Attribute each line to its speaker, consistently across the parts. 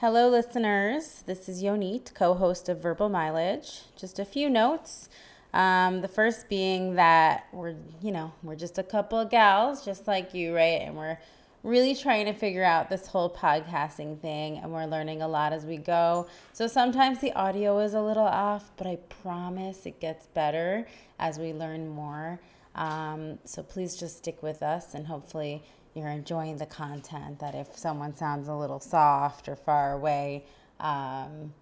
Speaker 1: Hello, listeners. This is Yonit, co host of Verbal Mileage. Just a few notes. Um, the first being that we're, you know, we're just a couple of gals, just like you, right? And we're really trying to figure out this whole podcasting thing, and we're learning a lot as we go. So sometimes the audio is a little off, but I promise it gets better as we learn more. Um, so please just stick with us, and hopefully, you're enjoying the content. That if someone sounds a little soft or far away, um,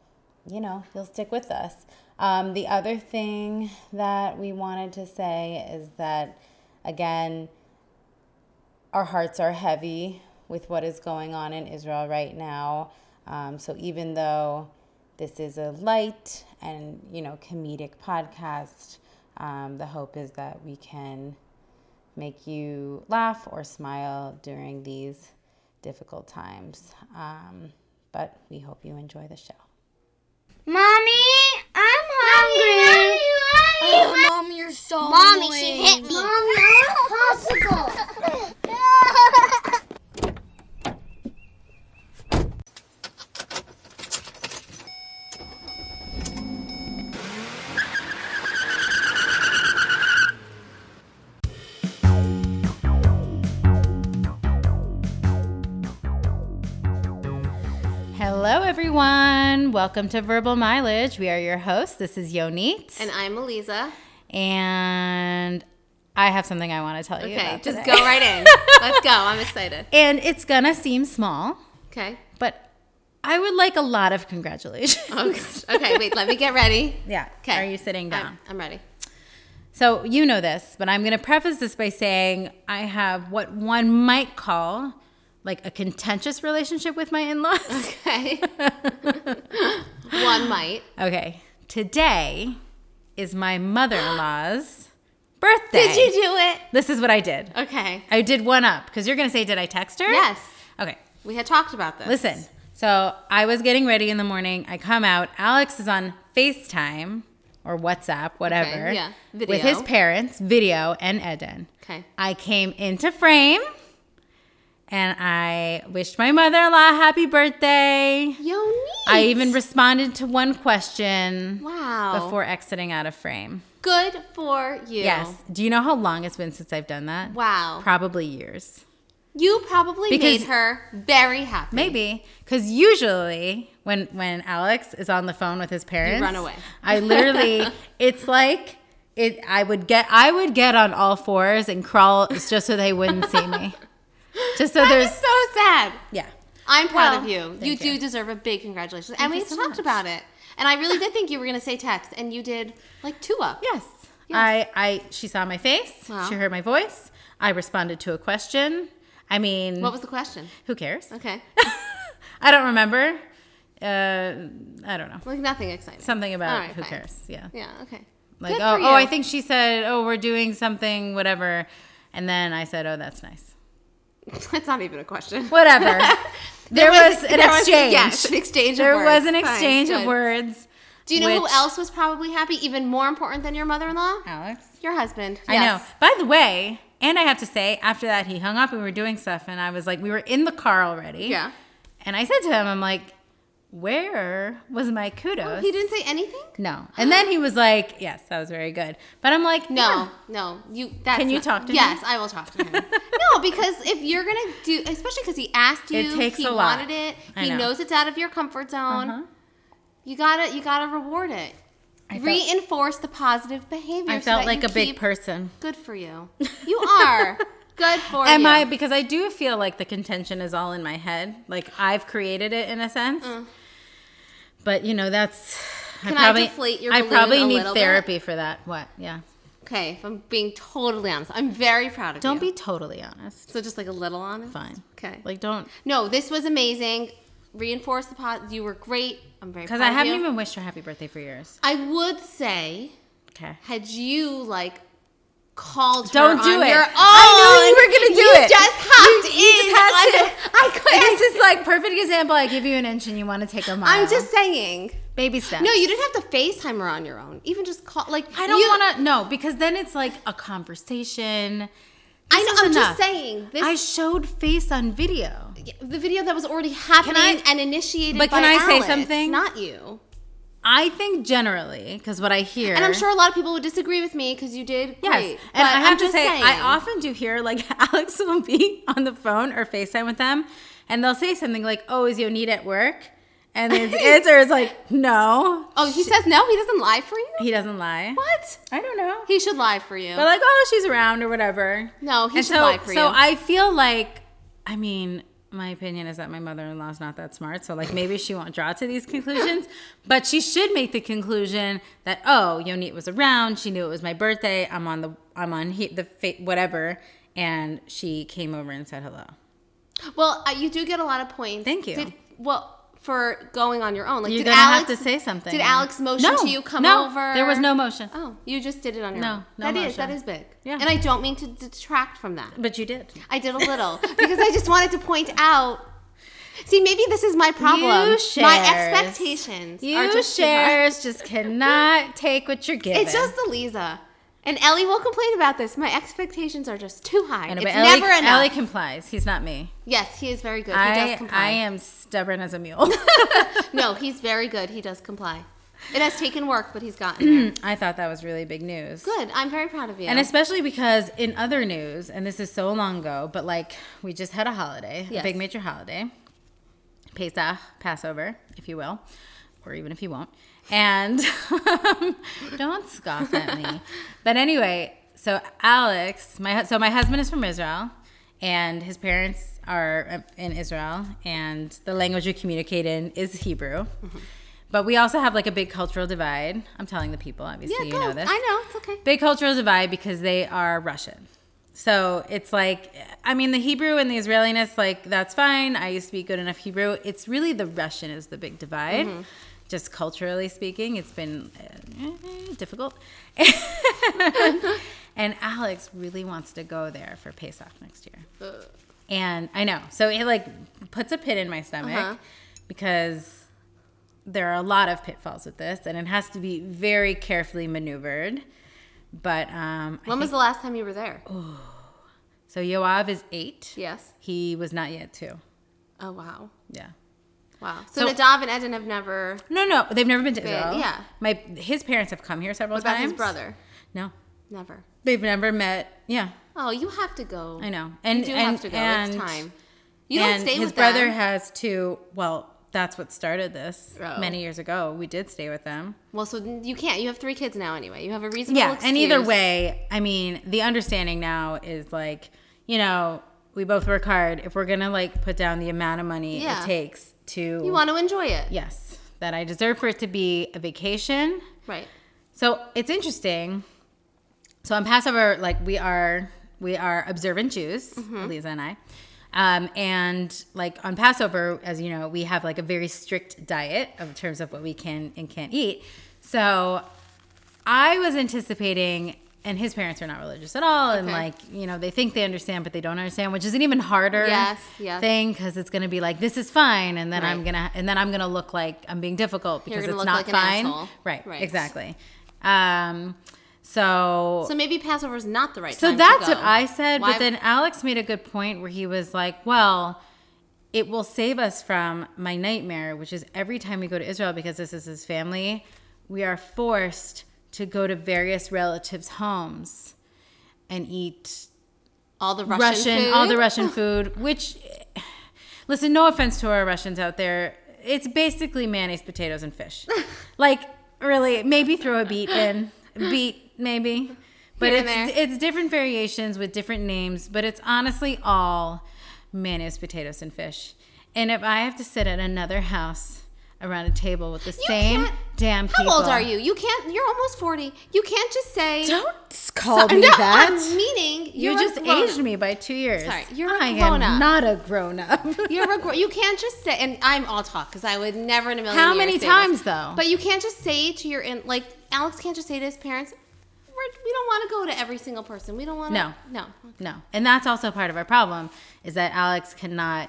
Speaker 1: you know, you'll stick with us. Um, the other thing that we wanted to say is that, again, our hearts are heavy with what is going on in Israel right now. Um, so even though this is a light and you know comedic podcast, um, the hope is that we can make you laugh or smile during these difficult times. Um, but we hope you enjoy the show.
Speaker 2: Mommy, I'm hungry.
Speaker 3: Oh, mom, you're so
Speaker 2: Mommy,
Speaker 3: annoying.
Speaker 2: she hit me. Mommy, that's impossible.
Speaker 1: Hello, everyone. Welcome to Verbal Mileage. We are your hosts. This is Yonit.
Speaker 4: And I'm Eliza.
Speaker 1: And I have something I want to tell you.
Speaker 4: Okay,
Speaker 1: about
Speaker 4: just
Speaker 1: today.
Speaker 4: go right in. Let's go. I'm excited.
Speaker 1: And it's going to seem small,
Speaker 4: Okay.
Speaker 1: but I would like a lot of congratulations.
Speaker 4: Oh, gosh. Okay, wait, let me get ready.
Speaker 1: Yeah.
Speaker 4: Okay.
Speaker 1: Are you sitting down?
Speaker 4: I'm, I'm ready.
Speaker 1: So you know this, but I'm going to preface this by saying I have what one might call like a contentious relationship with my in-laws.
Speaker 4: Okay. One might.
Speaker 1: okay. Today is my mother-in-law's birthday.
Speaker 4: Did you do it?
Speaker 1: This is what I did.
Speaker 4: Okay.
Speaker 1: I did one up because you're going to say, did I text her?
Speaker 4: Yes.
Speaker 1: Okay.
Speaker 4: We had talked about this.
Speaker 1: Listen. So I was getting ready in the morning. I come out. Alex is on FaceTime or WhatsApp, whatever.
Speaker 4: yeah.
Speaker 1: With
Speaker 4: Video.
Speaker 1: his parents, video and Eden.
Speaker 4: Okay.
Speaker 1: I came into frame and I wished my mother in law happy birthday.
Speaker 4: Yo,
Speaker 1: I even responded to one question
Speaker 4: Wow.
Speaker 1: before exiting out of frame.
Speaker 4: Good for you.
Speaker 1: Yes. Do you know how long it's been since I've done that?
Speaker 4: Wow.
Speaker 1: Probably years.
Speaker 4: you probably
Speaker 1: Because-
Speaker 4: made her very happy.
Speaker 1: Maybe. Because usually when when Alex is on the phone with his parents,
Speaker 4: run away.
Speaker 1: I literally it's like it I would get I would get on all fours and crawl just so they wouldn't see me. Just so there's
Speaker 4: It's so sad.
Speaker 1: yeah.
Speaker 4: I'm proud
Speaker 1: Well,
Speaker 4: of
Speaker 1: thank
Speaker 4: you. You
Speaker 1: you.
Speaker 4: do deserve a big congratulations. and
Speaker 1: you
Speaker 4: we
Speaker 1: so
Speaker 4: talked
Speaker 1: much.
Speaker 4: about it. And I really did think you were going to say text, and you did like two up.
Speaker 1: Yes. I, I she saw my face.
Speaker 4: Wow.
Speaker 1: She heard my voice. I responded to a question. I mean,
Speaker 4: What was the question?
Speaker 1: who cares?
Speaker 4: Okay.
Speaker 1: I don't remember. Uh, I don't know.
Speaker 4: Like nothing exciting.
Speaker 1: Something about
Speaker 4: All right,
Speaker 1: who
Speaker 4: fine.
Speaker 1: cares. Yeah.
Speaker 4: Yeah. Okay.
Speaker 1: Like,
Speaker 4: Good
Speaker 1: oh,
Speaker 4: for
Speaker 1: oh, I
Speaker 4: you.
Speaker 1: think she said, oh, we're doing something, whatever. And then I said, oh, that's nice.
Speaker 4: That's not even a question.
Speaker 1: Whatever. there, was, an
Speaker 4: there was-
Speaker 1: exchange.
Speaker 4: yes, an exchange of
Speaker 1: There
Speaker 4: words.
Speaker 1: was an
Speaker 4: Fine,
Speaker 1: exchange of
Speaker 4: good.
Speaker 1: words.
Speaker 4: Do you know
Speaker 1: which-
Speaker 4: who else was probably happy? Even more important than your mother-in-law,
Speaker 1: Alex.
Speaker 4: your husband.
Speaker 1: I know. By the way, and I have to say, after that, he hung up and we were doing stuff, and I was like, we were in the car already.
Speaker 4: Yeah.
Speaker 1: And I said to him, I'm like, where was my kudos?
Speaker 4: He didn't say anything.
Speaker 1: no. And then he was like, yes, that was very good. But I'm like,
Speaker 4: No, no. You. That's
Speaker 1: Can you
Speaker 4: not-
Speaker 1: talk to him?
Speaker 4: yes, I will talk to him. no, because if you're gonna do, especially because he asked you,
Speaker 1: It takes
Speaker 4: he
Speaker 1: a lot.
Speaker 4: wanted it.
Speaker 1: I
Speaker 4: he
Speaker 1: know.
Speaker 4: knows it's out of your comfort zone.
Speaker 1: Uh-huh.
Speaker 4: You gotta, you gotta reward it.
Speaker 1: I felt-
Speaker 4: Reinforce the positive behavior.
Speaker 1: I
Speaker 4: so
Speaker 1: felt
Speaker 4: that
Speaker 1: like
Speaker 4: you
Speaker 1: a big
Speaker 4: keep-
Speaker 1: person.
Speaker 4: Good for you. You are. Good for
Speaker 1: Am
Speaker 4: you.
Speaker 1: I? Because I do feel like the contention is all in my head. Like I've created it in a sense. But you know, that's.
Speaker 4: Uh. Can I deflate your
Speaker 1: I
Speaker 4: balloon
Speaker 1: probably
Speaker 4: a
Speaker 1: need
Speaker 4: little bit?
Speaker 1: therapy for that. What? Yeah.
Speaker 4: Okay, if I'm being totally honest, I'm very proud of
Speaker 1: Don't
Speaker 4: you.
Speaker 1: be totally honest.
Speaker 4: so just like a little honest.
Speaker 1: Fine.
Speaker 4: Okay.
Speaker 1: Like don't.
Speaker 4: no, this was amazing. Reinforce the pot. You were great. I'm very
Speaker 1: Because
Speaker 4: proud
Speaker 1: I haven't
Speaker 4: of you.
Speaker 1: even wished her happy birthday for years.
Speaker 4: I would say,
Speaker 1: Okay.
Speaker 4: had you like called her
Speaker 1: Don't do
Speaker 4: on
Speaker 1: it.
Speaker 4: your
Speaker 1: I knew you
Speaker 4: own,
Speaker 1: were gonna do
Speaker 4: you
Speaker 1: it.
Speaker 4: Just hopped in.
Speaker 1: had
Speaker 4: on the- I couldn't.
Speaker 1: This is like perfect example. I give you an inch and you want to take a mile.
Speaker 4: I'm just saying.
Speaker 1: baby steps.
Speaker 4: No, you didn't have to FaceTime her on your own. Even just call, like
Speaker 1: I don't
Speaker 4: you-
Speaker 1: want to. No, because then it's like a conversation.
Speaker 4: I know.
Speaker 1: is
Speaker 4: I'm
Speaker 1: enough.
Speaker 4: just saying. This,
Speaker 1: I showed face on video.
Speaker 4: the video that was already happening
Speaker 1: I-
Speaker 4: and initiated.
Speaker 1: But can
Speaker 4: by
Speaker 1: I say
Speaker 4: Alex,
Speaker 1: something?
Speaker 4: Not you.
Speaker 1: I think generally, because what I hear,
Speaker 4: And I'm sure a lot of people would disagree with me because you did. Great,
Speaker 1: Yes, and
Speaker 4: but
Speaker 1: I
Speaker 4: I'm
Speaker 1: have to
Speaker 4: just
Speaker 1: say, I
Speaker 4: saying.
Speaker 1: often do hear like Alex will be on the phone or Facetime with them, and they'll say something like, "Oh, is Yonit at work?" And his answer is like, "No,
Speaker 4: Oh, he says no. He doesn't lie for you.
Speaker 1: he doesn't lie."
Speaker 4: what?
Speaker 1: I don't know.
Speaker 4: He should lie for you.
Speaker 1: But like, oh, she's around or whatever.
Speaker 4: no, he
Speaker 1: and
Speaker 4: should
Speaker 1: so,
Speaker 4: lie for
Speaker 1: so
Speaker 4: you.
Speaker 1: I feel like, I mean, my opinion is that my mother-in-law's not that smart, so like maybe she won't draw to these conclusions, but she should make the conclusion that oh, Yonit was around, she knew it was my birthday, I'm on the, I'm on he, the fa- whatever, and she came over and said hello.
Speaker 4: well, uh, you do get a lot of points.
Speaker 1: Thank you.
Speaker 4: Did, well, for going on your own, like
Speaker 1: You're
Speaker 4: did
Speaker 1: gonna
Speaker 4: Alex
Speaker 1: have to say something.
Speaker 4: Did Alex motion
Speaker 1: No,
Speaker 4: to you? Come
Speaker 1: no,
Speaker 4: over.
Speaker 1: There was no motion,
Speaker 4: Oh, you just did it on your
Speaker 1: No,
Speaker 4: own.
Speaker 1: no
Speaker 4: That is- that
Speaker 1: motion.
Speaker 4: is big.
Speaker 1: Yeah.
Speaker 4: And I don't mean to detract from that.
Speaker 1: but you did.
Speaker 4: I did a little because I just wanted to point out. See, maybe this is my problem.
Speaker 1: You
Speaker 4: my
Speaker 1: shares.
Speaker 4: expectations are
Speaker 1: You
Speaker 4: just too high.
Speaker 1: shares just cannot take what you're given.
Speaker 4: It's just Eliza. And Ellie will complain about this. My expectations are just too high.
Speaker 1: I know,
Speaker 4: it's
Speaker 1: but Ellie,
Speaker 4: never enough.
Speaker 1: Ellie complies. He's not me.
Speaker 4: yes, he is very good. He
Speaker 1: I,
Speaker 4: does comply.
Speaker 1: I am stubborn as a mule.
Speaker 4: No, he's very good. He does comply. It has taken work, but he's gotten there.
Speaker 1: I thought that was really big news.
Speaker 4: good. I'm very proud of you.
Speaker 1: And especially because in other news, and this is so long ago, but like we just had a holiday, a
Speaker 4: Yes.
Speaker 1: big major holiday, Pesach, Passover, if you will, or even if you won't. And don't scoff at me. But anyway, so Alex, my hu- so my husband is from Israel, and his parents are uh, in Israel, and the language we communicate in is Hebrew.
Speaker 4: Mm-hmm.
Speaker 1: But we also have like a big cultural divide. I'm telling the people, obviously,
Speaker 4: yeah,
Speaker 1: you
Speaker 4: go.
Speaker 1: know this.
Speaker 4: I know it's okay.
Speaker 1: Big cultural divide because they are Russian. So it's like, I mean, the Hebrew and the Israeliness, like, that's fine. I used to be good enough Hebrew. It's really the Russian is the big divide. Just culturally speaking, it's been uh, difficult. and Alex really wants to go there for Pesach next year. And I know. So it like puts a pit in my stomach
Speaker 4: Uh-huh.
Speaker 1: because there are a lot of pitfalls with this and it has to be very carefully maneuvered. But um I
Speaker 4: When was the last time you were there?
Speaker 1: Oh. think- so Yoav is 8.
Speaker 4: Yes.
Speaker 1: He was not yet 2.
Speaker 4: Oh wow,
Speaker 1: Yeah.
Speaker 4: wow. So,
Speaker 1: So-
Speaker 4: Nadav and Eden have never.
Speaker 1: No, no, they've never been to Israel.
Speaker 4: yeah.
Speaker 1: My his parents have come here several
Speaker 4: What about
Speaker 1: times.
Speaker 4: his brother?
Speaker 1: No.
Speaker 4: Never.
Speaker 1: They've never met. Yeah,
Speaker 4: Oh, you have to go.
Speaker 1: I know. And
Speaker 4: You do
Speaker 1: and,
Speaker 4: have to go.
Speaker 1: And,
Speaker 4: it's time. You don't
Speaker 1: and
Speaker 4: stay
Speaker 1: his
Speaker 4: with
Speaker 1: brother
Speaker 4: them.
Speaker 1: has two. Well, that's what started this
Speaker 4: Oh.
Speaker 1: many years ago. We did stay with them.
Speaker 4: well, so you can't. You have three kids now anyway. You have a reasonable
Speaker 1: yeah
Speaker 4: excuse.
Speaker 1: and either way i mean the understanding now is like you know we both work hard if we're gonna like put down the amount of money
Speaker 4: Yeah.
Speaker 1: it takes to
Speaker 4: you want to enjoy it.
Speaker 1: yes that i deserve for it to be a vacation
Speaker 4: Right.
Speaker 1: so it's interesting so on passover like we are we are observant jews
Speaker 4: Mm-hmm.
Speaker 1: lisa and i um, and like on passover as you know we have like a very strict diet in terms of what we can and can't eat so I was anticipating, and his parents are not religious at all, and
Speaker 4: Okay.
Speaker 1: like you know they think they understand, but they don't understand, which is an even harder
Speaker 4: Yes, yes.
Speaker 1: thing because it's going to be like this is fine, and then I'm
Speaker 4: Right.
Speaker 1: gonna and then I'm gonna look like I'm being difficult because
Speaker 4: gonna
Speaker 1: it's
Speaker 4: look
Speaker 1: not
Speaker 4: like an
Speaker 1: fine,
Speaker 4: asshole.
Speaker 1: right?
Speaker 4: Right.
Speaker 1: Exactly. Um, so
Speaker 4: So maybe Passover is not the right
Speaker 1: so
Speaker 4: time. to
Speaker 1: that's
Speaker 4: go.
Speaker 1: what I said,
Speaker 4: Why-
Speaker 1: but then Alex made a good point where he was like, well. It will save us from my nightmare, which is every time we go to Israel, because this is his family, we are forced to go to various relatives' homes and eat
Speaker 4: all the Russian,
Speaker 1: Russian,
Speaker 4: food.
Speaker 1: all the Russian food, which, listen, no offense to our Russians out there, it's basically mayonnaise, potatoes, and fish. like, really, maybe throw a beet in, beet maybe, but
Speaker 4: Here and
Speaker 1: it's it's different variations with different names, but it's honestly all mayonnaise, potatoes, and fish. And if I have to sit at another house around a table with the same
Speaker 4: can't-
Speaker 1: damn
Speaker 4: How
Speaker 1: people,
Speaker 4: old are you? You can't. You're almost forty. You can't just say.
Speaker 1: Don't call
Speaker 4: no,
Speaker 1: me
Speaker 4: I'm
Speaker 1: that.
Speaker 4: meaning
Speaker 1: You
Speaker 4: you're a
Speaker 1: just
Speaker 4: grown-up.
Speaker 1: aged me by two years.
Speaker 4: Sorry, you're a
Speaker 1: I am
Speaker 4: grown-up.
Speaker 1: not a grown up.
Speaker 4: You're a gr- you can't just say, and I'm all talk because I would never in a million.
Speaker 1: How
Speaker 4: years
Speaker 1: many
Speaker 4: say
Speaker 1: times,
Speaker 4: this.
Speaker 1: though?
Speaker 4: But you can't just say to your in like Alex can't just say to his parents, We're, "We don't want to go to every single person. We don't want
Speaker 1: No.
Speaker 4: to." no,
Speaker 1: no, and that's also part of our problem is that Alex cannot.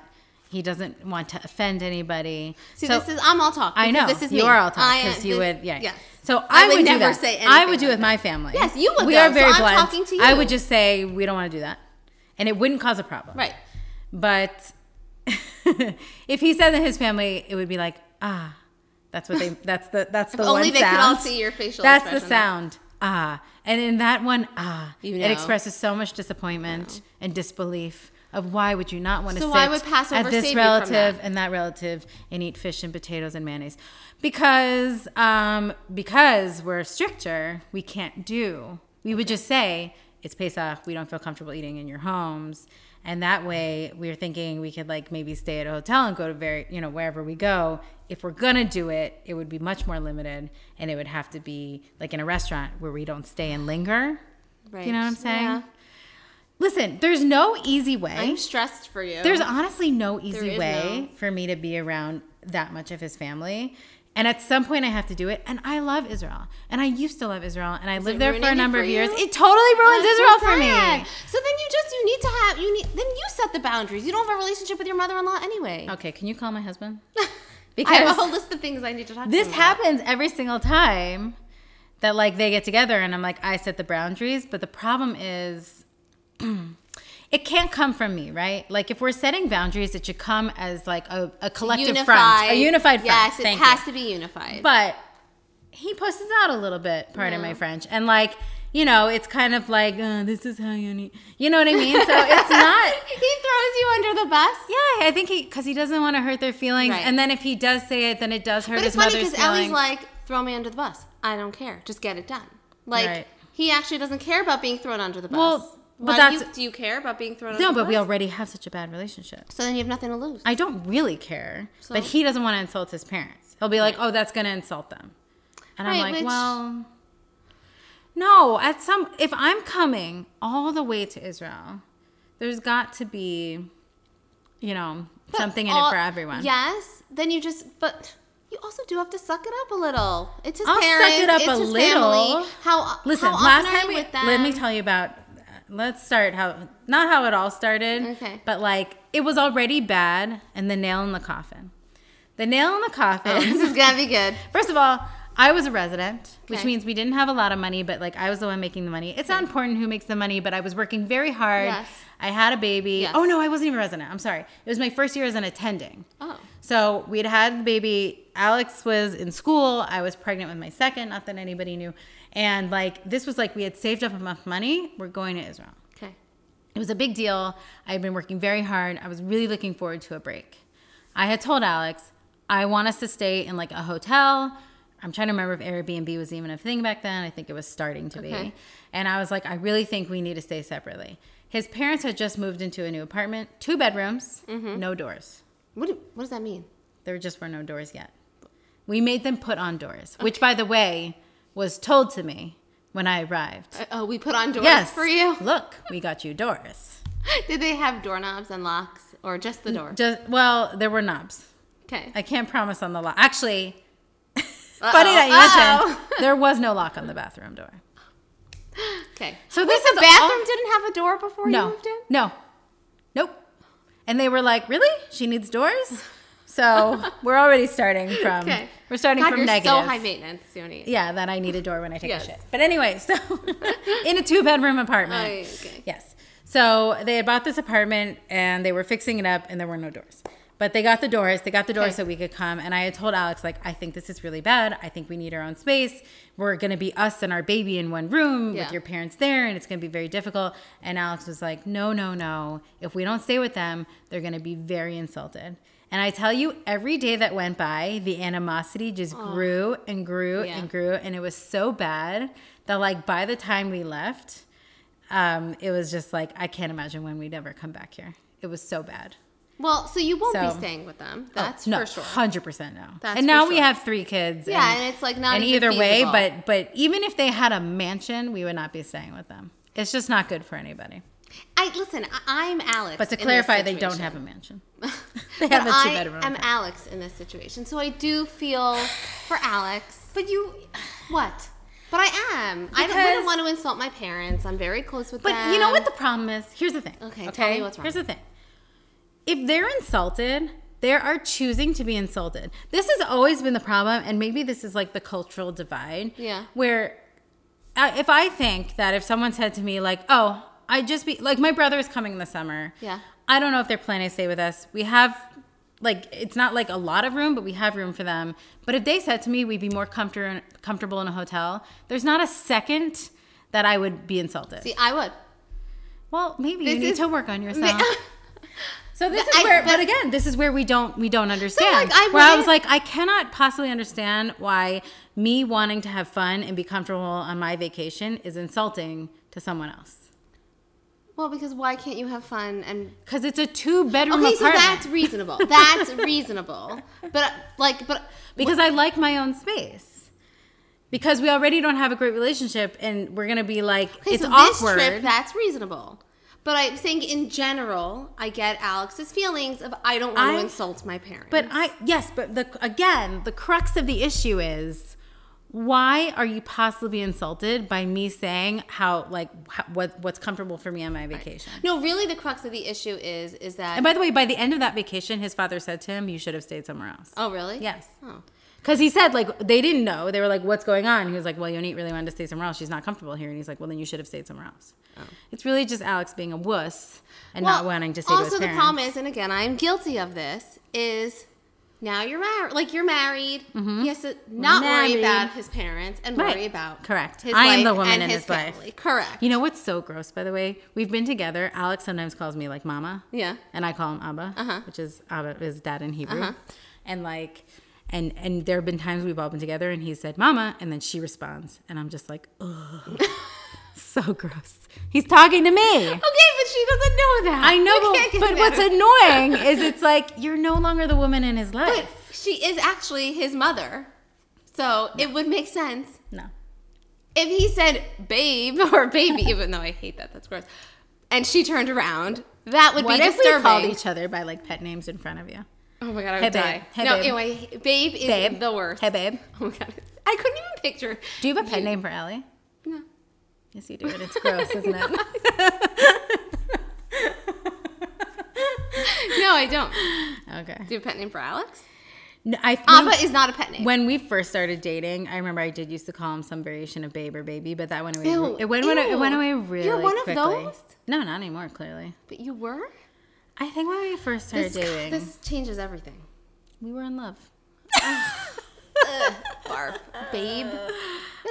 Speaker 1: He doesn't want to offend anybody.
Speaker 4: See,
Speaker 1: So-
Speaker 4: this is I'm all talk.
Speaker 1: I know
Speaker 4: because This is
Speaker 1: you
Speaker 4: me.
Speaker 1: are all talk
Speaker 4: I am-
Speaker 1: because you
Speaker 4: this-
Speaker 1: would yeah.
Speaker 4: Yes.
Speaker 1: So I,
Speaker 4: would
Speaker 1: would, do
Speaker 4: never
Speaker 1: that.
Speaker 4: say
Speaker 1: I
Speaker 4: anything
Speaker 1: would do
Speaker 4: like
Speaker 1: with my family.
Speaker 4: Yes, you would,
Speaker 1: We
Speaker 4: though,
Speaker 1: are
Speaker 4: so
Speaker 1: very
Speaker 4: I'm
Speaker 1: blunt.
Speaker 4: talking to
Speaker 1: I
Speaker 4: you.
Speaker 1: would just say we don't want to do that. and it wouldn't cause a problem.
Speaker 4: Right.
Speaker 1: But if he said that his family, it would be like, ah, that's what they, that's the, that's the
Speaker 4: Only
Speaker 1: one
Speaker 4: they
Speaker 1: sound.
Speaker 4: could all see your facial
Speaker 1: That's the
Speaker 4: expression.
Speaker 1: sound. Ah. And in that one, ah,
Speaker 4: You
Speaker 1: it
Speaker 4: know.
Speaker 1: expresses so much disappointment and disbelief of why would you not want to
Speaker 4: So
Speaker 1: sit
Speaker 4: why would Passover
Speaker 1: at this
Speaker 4: save you from
Speaker 1: relative
Speaker 4: that?
Speaker 1: and that relative and eat fish and potatoes and mayonnaise? Because um, because we're stricter, we can't do. We would just say it's Pesach. We don't feel comfortable eating in your homes, and that way we are thinking we could like maybe stay at a hotel and go to very you know wherever we go. If we're gonna do it, it would be much more limited, and it would have to be like in a restaurant where we don't stay and linger.
Speaker 4: Right.
Speaker 1: You know what I'm saying?
Speaker 4: Yeah.
Speaker 1: Listen, there's no easy way.
Speaker 4: I'm stressed for you.
Speaker 1: There's honestly no
Speaker 4: There
Speaker 1: easy
Speaker 4: is
Speaker 1: way for me to be around that much of his family. And at some point, I have to do it. And I love Israel. And I used to love Israel. And I lived there for
Speaker 4: ruining
Speaker 1: a
Speaker 4: it
Speaker 1: number
Speaker 4: for
Speaker 1: of years.
Speaker 4: you?
Speaker 1: It totally ruins
Speaker 4: That's so
Speaker 1: Israel for
Speaker 4: sad.
Speaker 1: me.
Speaker 4: So then you just you need to have you need then you set the boundaries. You don't have a relationship with your mother-in-law anyway.
Speaker 1: Okay, can you call my husband?
Speaker 4: Oh, I have a
Speaker 1: Because
Speaker 4: whole list of things I need to talk.
Speaker 1: this
Speaker 4: to him about.
Speaker 1: happens every single time that like they get together and I'm like I set the boundaries, but the problem is it can't come from me, right? Like if we're setting boundaries, it should come as like a, a collective front, a unified front.
Speaker 4: Yes, it
Speaker 1: Thank you.
Speaker 4: has to be unified.
Speaker 1: But he pushes out a little bit, pardon my French. And like, you know, it's kind of like, uh, this is how you need, you know what I mean? So it's not.
Speaker 4: he throws you under the bus.
Speaker 1: Yeah, I think he, because he doesn't want to hurt their feelings.
Speaker 4: Right.
Speaker 1: And then if he does say it, then it does hurt
Speaker 4: But
Speaker 1: his
Speaker 4: it's funny
Speaker 1: mother's
Speaker 4: because Ellie's
Speaker 1: feelings.
Speaker 4: like, throw me under the bus. I don't care. Just get it done. Like
Speaker 1: Right.
Speaker 4: he actually doesn't care about being thrown under the bus.
Speaker 1: Well, but
Speaker 4: Why do you,
Speaker 1: that's-
Speaker 4: do you care about being thrown
Speaker 1: no,
Speaker 4: under
Speaker 1: but
Speaker 4: the bus?
Speaker 1: we already have such a bad relationship.
Speaker 4: So then you have nothing to lose.
Speaker 1: I don't really care,
Speaker 4: So-
Speaker 1: but he doesn't want to insult his parents. He'll be like, "Oh, that's going to insult them," and I'm
Speaker 4: Right,
Speaker 1: like,
Speaker 4: which-
Speaker 1: "Well, no." At some, if I'm coming all the way to Israel, there's got to be, you know,
Speaker 4: But
Speaker 1: something in
Speaker 4: all-
Speaker 1: it for everyone.
Speaker 4: Yes. Then you just, but you also do have to suck it up a little. It's his
Speaker 1: I'll suck
Speaker 4: parents.
Speaker 1: it up
Speaker 4: it's
Speaker 1: a
Speaker 4: his
Speaker 1: little.
Speaker 4: Family. How
Speaker 1: Listen,
Speaker 4: how often
Speaker 1: last
Speaker 4: are
Speaker 1: time
Speaker 4: you
Speaker 1: we
Speaker 4: with them?
Speaker 1: let me tell you about. uh, Let's start how not how it all started,
Speaker 4: Okay.
Speaker 1: But like it was already bad, and the nail in the coffin. The nail in the coffin.
Speaker 4: Oh, This is gonna be good.
Speaker 1: First of all, I was a resident, which
Speaker 4: Okay.
Speaker 1: means we didn't have a lot of money, but like I was the one making the money. It's not important who makes the money, but I was working very hard.
Speaker 4: Yes.
Speaker 1: I had a baby.
Speaker 4: Yes.
Speaker 1: Oh no, I wasn't even a resident. I'm sorry. It was my first year as an attending.
Speaker 4: Oh.
Speaker 1: So we had had the baby. Alex was in school. I was pregnant with my second. Not that anybody knew. And like this was like we had saved up enough money. We're going to Israel.
Speaker 4: Okay.
Speaker 1: It was a big deal. I had been working very hard. I was really looking forward to a break. I had told Alex, I want us to stay in like a hotel. I'm trying to remember if Airbnb was even a thing back then. I think it was starting to
Speaker 4: Okay.
Speaker 1: be. And I was like, I really think we need to stay separately. His parents had just moved into a new apartment, two bedrooms,
Speaker 4: Mm-hmm.
Speaker 1: no doors.
Speaker 4: What do, What does that mean?
Speaker 1: There just were no doors yet. We made them put on doors, which, by the way, was told to me when I arrived.
Speaker 4: Uh, oh, we put on doors
Speaker 1: yes.
Speaker 4: for you.
Speaker 1: Look, we got you doors.
Speaker 4: Did they have doorknobs and locks, or just the door?
Speaker 1: Just well, there were knobs.
Speaker 4: Okay.
Speaker 1: I can't promise on the lock. Actually,
Speaker 4: Uh-oh.
Speaker 1: funny that you mentioned
Speaker 4: Uh-oh.
Speaker 1: there was no lock on the bathroom door.
Speaker 4: Okay.
Speaker 1: So this
Speaker 4: the
Speaker 1: is all-
Speaker 4: bathroom didn't have a door before you
Speaker 1: No,
Speaker 4: moved in.
Speaker 1: no, nope. And they were like, "Really? She needs doors?" So we're already starting from
Speaker 4: Okay.
Speaker 1: we're starting
Speaker 4: God,
Speaker 1: from
Speaker 4: you're
Speaker 1: negative.
Speaker 4: so high maintenance, Sony.
Speaker 1: yeah, that I need a door when I take
Speaker 4: Yes.
Speaker 1: a shit. But anyway, so in a two bedroom apartment.
Speaker 4: Ay, okay.
Speaker 1: Yes. So they had bought this apartment and they were fixing it up and there were no doors. But they got the doors. They got the doors
Speaker 4: Okay.
Speaker 1: so we could come. And I had told Alex, like, I think this is really bad. I think we need our own space. We're going to be us and our baby in one room
Speaker 4: Yeah.
Speaker 1: with your parents there and it's going to be very difficult. And Alex was like, no, no, no. If we don't stay with them, they're going to be very insulted. And I tell you, every day that went by, the animosity just grew and grew
Speaker 4: Yeah.
Speaker 1: and grew. And it was so bad that, like, by the time we left, um, it was just like I can't imagine when we'd ever come back here. It was so bad.
Speaker 4: Well, so you won't
Speaker 1: So- oh,
Speaker 4: be staying with them. That's
Speaker 1: no,
Speaker 4: for sure.
Speaker 1: Hundred percent no.
Speaker 4: That's
Speaker 1: and now
Speaker 4: for
Speaker 1: we
Speaker 4: sure.
Speaker 1: have three kids.
Speaker 4: Yeah, and it's, like, not
Speaker 1: and
Speaker 4: even
Speaker 1: either way.
Speaker 4: feasible.
Speaker 1: But but even if they had a mansion, we would not be staying with them. It's just not good for anybody.
Speaker 4: I listen. I, I'm Alex.
Speaker 1: But to
Speaker 4: in this
Speaker 1: clarify, they don't
Speaker 4: situation.
Speaker 1: have a mansion.
Speaker 4: But
Speaker 1: have a
Speaker 4: I
Speaker 1: two-bedroom
Speaker 4: am
Speaker 1: apartment.
Speaker 4: Alex in this situation, so I do feel for Alex. But you, what? But I am. I don't-
Speaker 1: Because-
Speaker 4: wouldn't want to insult my parents. I'm very close with
Speaker 1: But
Speaker 4: them.
Speaker 1: you know what the problem is? Here's the thing.
Speaker 4: Okay, tell me what's wrong.
Speaker 1: Here's the thing. If they're insulted, they are choosing to be insulted. This has always been the problem, and maybe this is like the cultural divide. uh,
Speaker 4: Yeah.
Speaker 1: Where I, if I think that if someone said to me, like, oh, I just be like my brother's coming this summer.
Speaker 4: Yeah.
Speaker 1: I don't know if they're planning to stay with us. We have like it's not like a lot of room, but we have room for them. But if they said to me we'd be more comfort- comfortable in a hotel, there's not a second that I would be insulted.
Speaker 4: See, I would.
Speaker 1: well, maybe you
Speaker 4: this
Speaker 1: need
Speaker 4: is-
Speaker 1: to work on yourself. So this
Speaker 4: But
Speaker 1: is
Speaker 4: I-
Speaker 1: where, but
Speaker 4: but-
Speaker 1: again, this is where we don't we don't understand.
Speaker 4: like, I
Speaker 1: where I was
Speaker 4: wouldn't-
Speaker 1: like, I cannot possibly understand why me wanting to have fun and be comfortable on my vacation is insulting to someone else
Speaker 4: well, because why can't you have fun and
Speaker 1: because it's a two bedroom
Speaker 4: Okay,
Speaker 1: apartment.
Speaker 4: so that's reasonable. That's reasonable. But like, but
Speaker 1: because I like my own space. Because we already don't have a great relationship, and we're gonna be like,
Speaker 4: okay,
Speaker 1: it's
Speaker 4: so
Speaker 1: awkward.
Speaker 4: This trip, that's reasonable. But I'm saying in general, I get Alex's feelings of I don't want
Speaker 1: I-
Speaker 4: to insult my parents.
Speaker 1: But I yes, but the again, the crux of the issue is why are you possibly insulted by me saying how like how, what what's comfortable for me on my vacation?
Speaker 4: no, really, the crux of the issue is is that.
Speaker 1: And by the way, by the end of that vacation, his father said to him, "You should have stayed somewhere else."
Speaker 4: oh, really?
Speaker 1: Yes.
Speaker 4: Oh.
Speaker 1: Because he said like they didn't know. They were like, "What's going on?" He was like, "Well, Yonit really wanted to stay somewhere else. She's not comfortable here." And he's like, "Well, then you should have stayed somewhere else." It's really just Alex being a wuss and not
Speaker 4: Oh. Well,
Speaker 1: wanting to stay.
Speaker 4: Also,
Speaker 1: with his
Speaker 4: the
Speaker 1: parents.
Speaker 4: problem is, and again, I'm guilty of this. Is now you're married, like you're married. He has to
Speaker 1: Mm-hmm. Married.
Speaker 4: not worry about his parents and
Speaker 1: Right.
Speaker 4: worry about
Speaker 1: Correct.
Speaker 4: His
Speaker 1: I am
Speaker 4: wife
Speaker 1: the woman
Speaker 4: and
Speaker 1: in
Speaker 4: his,
Speaker 1: his life.
Speaker 4: family. Correct.
Speaker 1: You know what's so gross, by the way? We've been together. Alex sometimes calls me like mama.
Speaker 4: Yeah.
Speaker 1: And I call him Abba, which is Abba is dad in Hebrew. And like and and there have been times we've all been together and he said mama and then she responds and I'm just like, ugh. so gross. He's talking to me.
Speaker 4: Okay, but she doesn't know that.
Speaker 1: I know,
Speaker 4: We can't
Speaker 1: but,
Speaker 4: get
Speaker 1: but what's
Speaker 4: better.
Speaker 1: annoying is it's like you're no longer the woman in his life.
Speaker 4: But she is actually his mother, so it would make sense
Speaker 1: no.
Speaker 4: if he said "babe" or "baby," even though I hate that. That's gross. And she turned around. That would
Speaker 1: What
Speaker 4: be
Speaker 1: if we called
Speaker 4: disturbing.
Speaker 1: each other by like pet names in front of you?
Speaker 4: oh my god, I would
Speaker 1: Hey, babe.
Speaker 4: die.
Speaker 1: Hey,
Speaker 4: no,
Speaker 1: babe.
Speaker 4: anyway, babe is
Speaker 1: Babe.
Speaker 4: the worst.
Speaker 1: Hey babe.
Speaker 4: Oh my god, I couldn't even picture.
Speaker 1: Do you have a pet name for Allie?
Speaker 4: No.
Speaker 1: Yes, you do. And it's gross, isn't it?
Speaker 4: No, I don't.
Speaker 1: Okay.
Speaker 4: Do you have a pet name for Alex?
Speaker 1: No, I think
Speaker 4: Abba is not a pet name.
Speaker 1: when we first started dating, I remember I did used to call him some variation of babe or baby, but that went away.
Speaker 4: Ew,
Speaker 1: it went, went- it went
Speaker 4: ew.
Speaker 1: away
Speaker 4: You're
Speaker 1: really
Speaker 4: one of
Speaker 1: quickly.
Speaker 4: those?
Speaker 1: No, not anymore. Clearly,
Speaker 4: but you were.
Speaker 1: I think when we first started
Speaker 4: This,
Speaker 1: dating,
Speaker 4: this changes everything.
Speaker 1: we were in love.
Speaker 4: Barf, babe.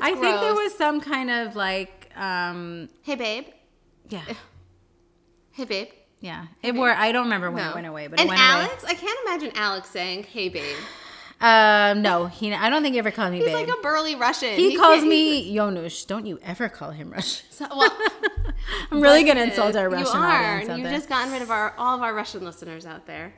Speaker 1: I think there
Speaker 4: gross.
Speaker 1: was some kind of like, um,
Speaker 4: Hey, babe.
Speaker 1: yeah,
Speaker 4: Hey, babe.
Speaker 1: yeah. It were. I don't remember when it went away, but
Speaker 4: and
Speaker 1: it went away.
Speaker 4: Alex, I can't imagine Alex saying, "Hey, babe."
Speaker 1: Um, no, he. I don't think he ever called me
Speaker 4: He's
Speaker 1: babe.
Speaker 4: like a burly Russian.
Speaker 1: he calls
Speaker 4: can't-
Speaker 1: me Yonush. Don't you ever call him Russian.
Speaker 4: So- well,
Speaker 1: I'm really gonna insult our
Speaker 4: you
Speaker 1: Russian
Speaker 4: are.
Speaker 1: audience. out
Speaker 4: and You've
Speaker 1: there.
Speaker 4: just gotten rid of our all of our Russian listeners out there.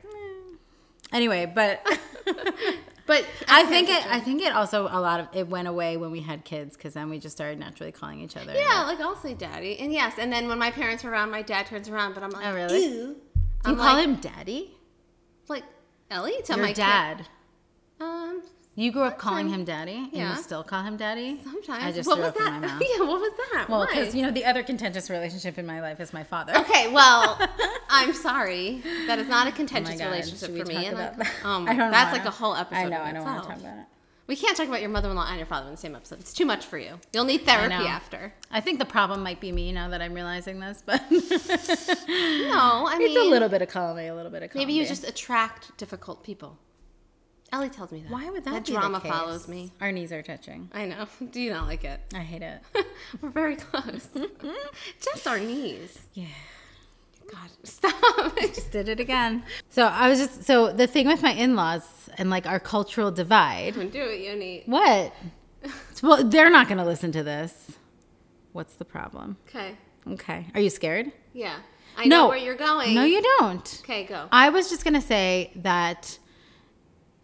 Speaker 1: Anyway, but
Speaker 4: But
Speaker 1: I think it. I think it also a lot of it went away when we had kids because then we just started naturally calling each other.
Speaker 4: yeah, like I'll say daddy, and yes, and then when my parents were around, my dad turns around, but I'm like,
Speaker 1: Oh really?
Speaker 4: "Ew."
Speaker 1: You
Speaker 4: I'm
Speaker 1: call
Speaker 4: like-
Speaker 1: him daddy?
Speaker 4: like Ellie to
Speaker 1: Your
Speaker 4: my kid-
Speaker 1: dad.
Speaker 4: Um,
Speaker 1: You grew up calling him daddy, and
Speaker 4: Yeah.
Speaker 1: you still call him daddy.
Speaker 4: sometimes.
Speaker 1: I just
Speaker 4: what
Speaker 1: threw
Speaker 4: was
Speaker 1: up
Speaker 4: that?
Speaker 1: in my mouth.
Speaker 4: yeah, what was that?
Speaker 1: Well,
Speaker 4: Why?
Speaker 1: because you know the other contentious relationship in my life is my father.
Speaker 4: Okay, well, I'm sorry. That is not a
Speaker 1: Oh my
Speaker 4: contentious
Speaker 1: God,
Speaker 4: relationship
Speaker 1: should we
Speaker 4: for
Speaker 1: talk
Speaker 4: me. And
Speaker 1: about
Speaker 4: I,
Speaker 1: that?
Speaker 4: oh my,
Speaker 1: I don't
Speaker 4: that's
Speaker 1: wanna.
Speaker 4: like a whole episode.
Speaker 1: I know.
Speaker 4: in
Speaker 1: I don't want
Speaker 4: itself.
Speaker 1: to talk about it.
Speaker 4: We can't talk about your mother-in-law and your father in the same episode. It's too much for you. You'll need therapy
Speaker 1: know.
Speaker 4: after.
Speaker 1: I think the problem might be me now that I'm realizing this, but
Speaker 4: No, I mean,
Speaker 1: it's a little bit of column A, a little bit of column
Speaker 4: maybe you
Speaker 1: B.
Speaker 4: just attract difficult people. Ellie tells me that.
Speaker 1: Why would that,
Speaker 4: That
Speaker 1: be the
Speaker 4: drama
Speaker 1: case?
Speaker 4: follows me.
Speaker 1: Our knees are touching.
Speaker 4: I know. Do you not like it?
Speaker 1: I hate it.
Speaker 4: We're very close. just our knees.
Speaker 1: Yeah.
Speaker 4: God, stop. Just-
Speaker 1: Did it again. So I was just so the thing with my in-laws and like our cultural divide.
Speaker 4: Don't do it, Yoni.
Speaker 1: What? Well, they're not going to listen to this. What's the problem?
Speaker 4: Okay.
Speaker 1: Okay. Are you scared?
Speaker 4: Yeah. I know where you're going.
Speaker 1: No, you don't.
Speaker 4: Okay, go.
Speaker 1: I was just going to say that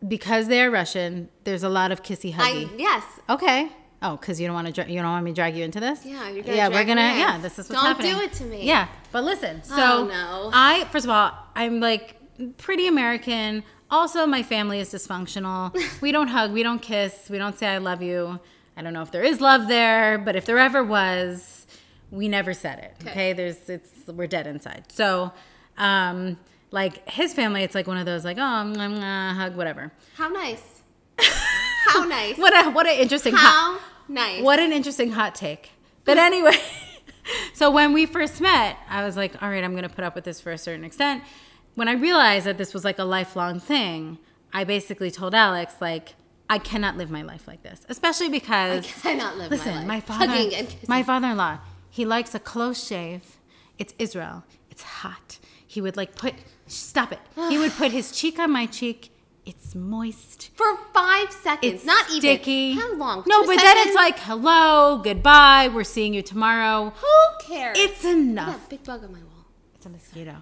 Speaker 1: because they are Russian, there's a lot of kissy
Speaker 4: I
Speaker 1: huggy.
Speaker 4: yes.
Speaker 1: Okay. Oh, because you don't want to. Dra- you don't want me to drag you into this.
Speaker 4: Yeah, you're gonna
Speaker 1: yeah,
Speaker 4: drag
Speaker 1: we're gonna.
Speaker 4: me in.
Speaker 1: Yeah, this is what's
Speaker 4: Don't do
Speaker 1: happening.
Speaker 4: it to me.
Speaker 1: Yeah, but listen. So
Speaker 4: Oh, no.
Speaker 1: I first of all, I'm like pretty American. Also, my family is dysfunctional. we don't hug. We don't kiss. We don't say I love you. I don't know if there is love there, but if there ever was, we never said it. Okay, there's it's we're dead inside. So, um, like his family, it's like one of those like oh mwah, mwah, hug whatever.
Speaker 4: How nice. How nice.
Speaker 1: What a what an interesting. hug.
Speaker 4: How nice.
Speaker 1: What an interesting hot take. But anyway, So when we first met, I was like, all right, I'm going to put up with this for a certain extent. When I realized that this was like a lifelong thing, I basically told Alex, like, I cannot live my life like this, especially because
Speaker 4: I cannot live my
Speaker 1: listen,
Speaker 4: life.
Speaker 1: my father,
Speaker 4: Hugging and kissing.
Speaker 1: my father-in-law, he likes a close shave. It's Israel. It's hot. He would like put stop it. He would put his cheek on my cheek. It's moist.
Speaker 4: For five seconds.
Speaker 1: It's
Speaker 4: not
Speaker 1: sticky.
Speaker 4: even. How long?
Speaker 1: No,
Speaker 4: Two
Speaker 1: but then
Speaker 4: seconds?
Speaker 1: it's like, hello, goodbye, we're seeing you tomorrow.
Speaker 4: Who cares?
Speaker 1: It's
Speaker 4: Look
Speaker 1: enough.
Speaker 4: at that big bug on my wall.
Speaker 1: It's a mosquito.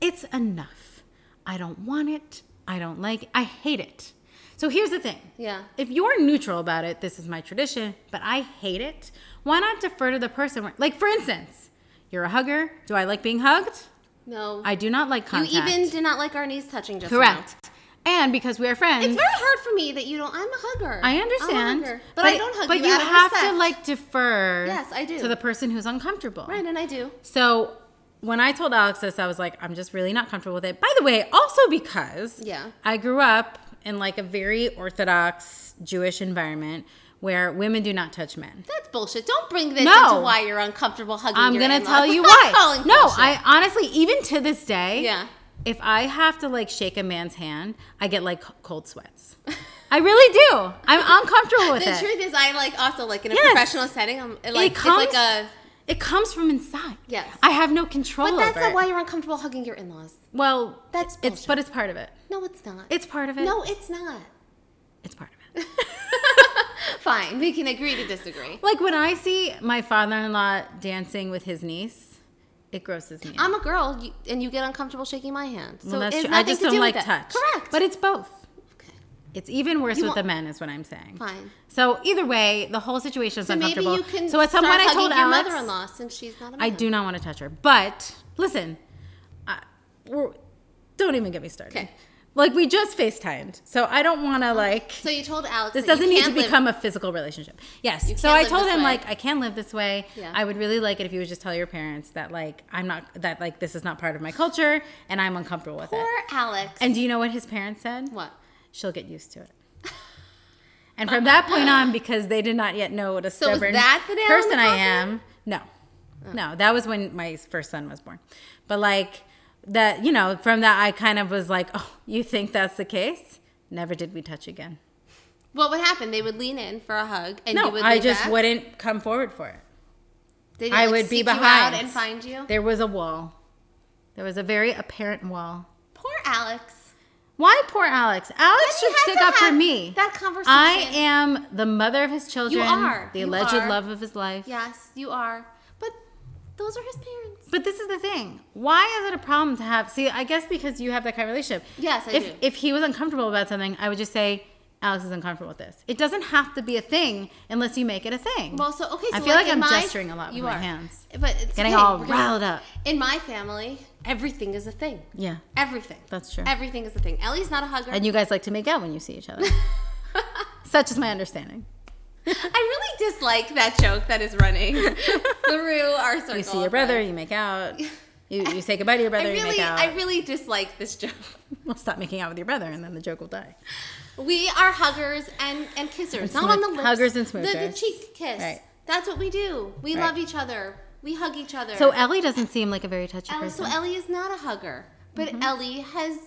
Speaker 1: It's enough. I don't want it. I don't like I hate it. So here's the thing.
Speaker 4: Yeah.
Speaker 1: If you're neutral about it, this is my tradition, but I hate it. Why not defer to the person? Where, like, for instance, you're a hugger. Do I like being hugged?
Speaker 4: No.
Speaker 1: I do not like
Speaker 4: you
Speaker 1: contact.
Speaker 4: even did not like our knees touching just
Speaker 1: correct.
Speaker 4: now.
Speaker 1: And because we are friends,
Speaker 4: It's very hard for me that you don't. I'm a hugger.
Speaker 1: I
Speaker 4: I'm a
Speaker 1: understand,
Speaker 4: hugger. but, I don't hug
Speaker 1: But
Speaker 4: you.
Speaker 1: you,
Speaker 4: out of
Speaker 1: have to
Speaker 4: respect.
Speaker 1: like defer.
Speaker 4: Yes, I do.
Speaker 1: To the person who's uncomfortable.
Speaker 4: Right, and I do.
Speaker 1: So when I told Alex this, I was like, I'm just really not comfortable with it. By the way, also because
Speaker 4: Yeah.
Speaker 1: I grew up in like a very orthodox Jewish environment where women do not touch men.
Speaker 4: That's bullshit. Don't bring this
Speaker 1: No.
Speaker 4: into why you're uncomfortable hugging.
Speaker 1: I'm
Speaker 4: your
Speaker 1: gonna
Speaker 4: in-laws.
Speaker 1: tell you
Speaker 4: I'm
Speaker 1: why.
Speaker 4: calling
Speaker 1: No,
Speaker 4: bullshit.
Speaker 1: I honestly, even to this day,
Speaker 4: Yeah.
Speaker 1: if I have to like shake a man's hand, I get like cold sweats. I really do. I'm uncomfortable with
Speaker 4: The
Speaker 1: it.
Speaker 4: truth is, I like also like in a
Speaker 1: Yes.
Speaker 4: professional setting. I'm it, like
Speaker 1: it comes,
Speaker 4: it's like a.
Speaker 1: it comes from inside.
Speaker 4: Yes.
Speaker 1: I have no control
Speaker 4: But that's
Speaker 1: over
Speaker 4: not
Speaker 1: it.
Speaker 4: why you're uncomfortable hugging your in-laws.
Speaker 1: well,
Speaker 4: That's
Speaker 1: it's but it's part of it.
Speaker 4: No, it's not.
Speaker 1: It's part of it.
Speaker 4: no, it's not.
Speaker 1: it's part of it.
Speaker 4: Fine, we can agree to disagree.
Speaker 1: Like when I see my father-in-law dancing with his niece, it grosses me. out.
Speaker 4: I'm a girl, you, and you get uncomfortable shaking my hand. So
Speaker 1: Well, that's
Speaker 4: it's
Speaker 1: true.
Speaker 4: nothing
Speaker 1: I just
Speaker 4: to
Speaker 1: don't
Speaker 4: do
Speaker 1: like
Speaker 4: with that.
Speaker 1: touch.
Speaker 4: Correct.
Speaker 1: But it's both.
Speaker 4: okay.
Speaker 1: It's even worse
Speaker 4: You
Speaker 1: with
Speaker 4: want-
Speaker 1: the men, is what I'm saying.
Speaker 4: Fine.
Speaker 1: So either way, the whole situation is
Speaker 4: So maybe
Speaker 1: uncomfortable.
Speaker 4: you can.
Speaker 1: so at some
Speaker 4: start
Speaker 1: point, I
Speaker 4: hugging
Speaker 1: told
Speaker 4: your
Speaker 1: Alex,
Speaker 4: mother-in-law since she's not a man.
Speaker 1: I do not want to touch her. But listen, I, we're, don't even get me started.
Speaker 4: Okay.
Speaker 1: Like we just FaceTimed, so I don't want to like.
Speaker 4: So you told Alex
Speaker 1: this
Speaker 4: that you
Speaker 1: doesn't need to
Speaker 4: can't live-
Speaker 1: become a physical relationship. Yes. So
Speaker 4: can't
Speaker 1: I
Speaker 4: live
Speaker 1: told
Speaker 4: this
Speaker 1: him
Speaker 4: way.
Speaker 1: like I can live this way.
Speaker 4: Yeah.
Speaker 1: I would really like it if you would just tell your parents that like I'm not that like this is not part of my culture and I'm uncomfortable with it.
Speaker 4: Poor Alex.
Speaker 1: And do you know what his parents said?
Speaker 4: what?
Speaker 1: She'll get used to it. And from that point on, because they did not yet know what a
Speaker 4: was
Speaker 1: stubborn
Speaker 4: that the nail in the
Speaker 1: person I
Speaker 4: coffin?
Speaker 1: am. No,
Speaker 4: Oh.
Speaker 1: no, that was when my first son was born. But like that, you know, from that I kind of was like, oh, you think that's the case? Never did we touch again.
Speaker 4: What would happen? They would lean in for a hug, and you
Speaker 1: No,
Speaker 4: would.
Speaker 1: I
Speaker 4: lean
Speaker 1: just
Speaker 4: back?
Speaker 1: wouldn't come forward for it.
Speaker 4: They didn't,
Speaker 1: I
Speaker 4: like,
Speaker 1: would be
Speaker 4: seek
Speaker 1: behind.
Speaker 4: you out and find you.
Speaker 1: There was a wall. There was a very apparent wall.
Speaker 4: Poor Alex.
Speaker 1: Why poor Alex? Alex
Speaker 4: But you
Speaker 1: should
Speaker 4: had
Speaker 1: stick
Speaker 4: to
Speaker 1: up for
Speaker 4: have
Speaker 1: me.
Speaker 4: that conversation.
Speaker 1: I am the mother of his children.
Speaker 4: are.
Speaker 1: The
Speaker 4: You
Speaker 1: alleged
Speaker 4: are.
Speaker 1: love of his life.
Speaker 4: Yes, you are. But those are his parents.
Speaker 1: But this is the thing. Why is it a problem to have? See, I guess because you have that kind of relationship.
Speaker 4: Yes, I
Speaker 1: if,
Speaker 4: do.
Speaker 1: If he was uncomfortable about something, I would just say, Alex is uncomfortable with this. It doesn't have to be a thing unless you make it a thing.
Speaker 4: Well, so okay. So
Speaker 1: I feel like
Speaker 4: in
Speaker 1: I'm
Speaker 4: my-
Speaker 1: gesturing a lot with
Speaker 4: you
Speaker 1: my
Speaker 4: are.
Speaker 1: hands.
Speaker 4: but it's
Speaker 1: Getting
Speaker 4: okay.
Speaker 1: all
Speaker 4: We're gonna-
Speaker 1: riled up.
Speaker 4: In my family, everything is a thing.
Speaker 1: yeah.
Speaker 4: Everything.
Speaker 1: That's true.
Speaker 4: Everything is a thing. Ellie's not a hugger.
Speaker 1: And you guys like to make out when you see each other. Such is my understanding.
Speaker 4: I really dislike that joke that is running through our circle.
Speaker 1: You see your
Speaker 4: of
Speaker 1: brother,
Speaker 4: friends.
Speaker 1: you make out. You, you say goodbye to your brother,
Speaker 4: I
Speaker 1: you
Speaker 4: really,
Speaker 1: make out.
Speaker 4: I really dislike this joke.
Speaker 1: well, stop making out with your brother, and then the joke will die.
Speaker 4: We are huggers and and kissers, not on the
Speaker 1: smooch-
Speaker 4: lips.
Speaker 1: huggers and
Speaker 4: The- The,
Speaker 1: smoochers.
Speaker 4: cheek kiss.
Speaker 1: Right.
Speaker 4: That's what we do. We
Speaker 1: Right.
Speaker 4: love each other. We hug each other.
Speaker 1: So Ellie doesn't seem like a very touchy
Speaker 4: Ellie, so
Speaker 1: person.
Speaker 4: Ellie is not a hugger, but
Speaker 1: Mm-hmm.
Speaker 4: Ellie has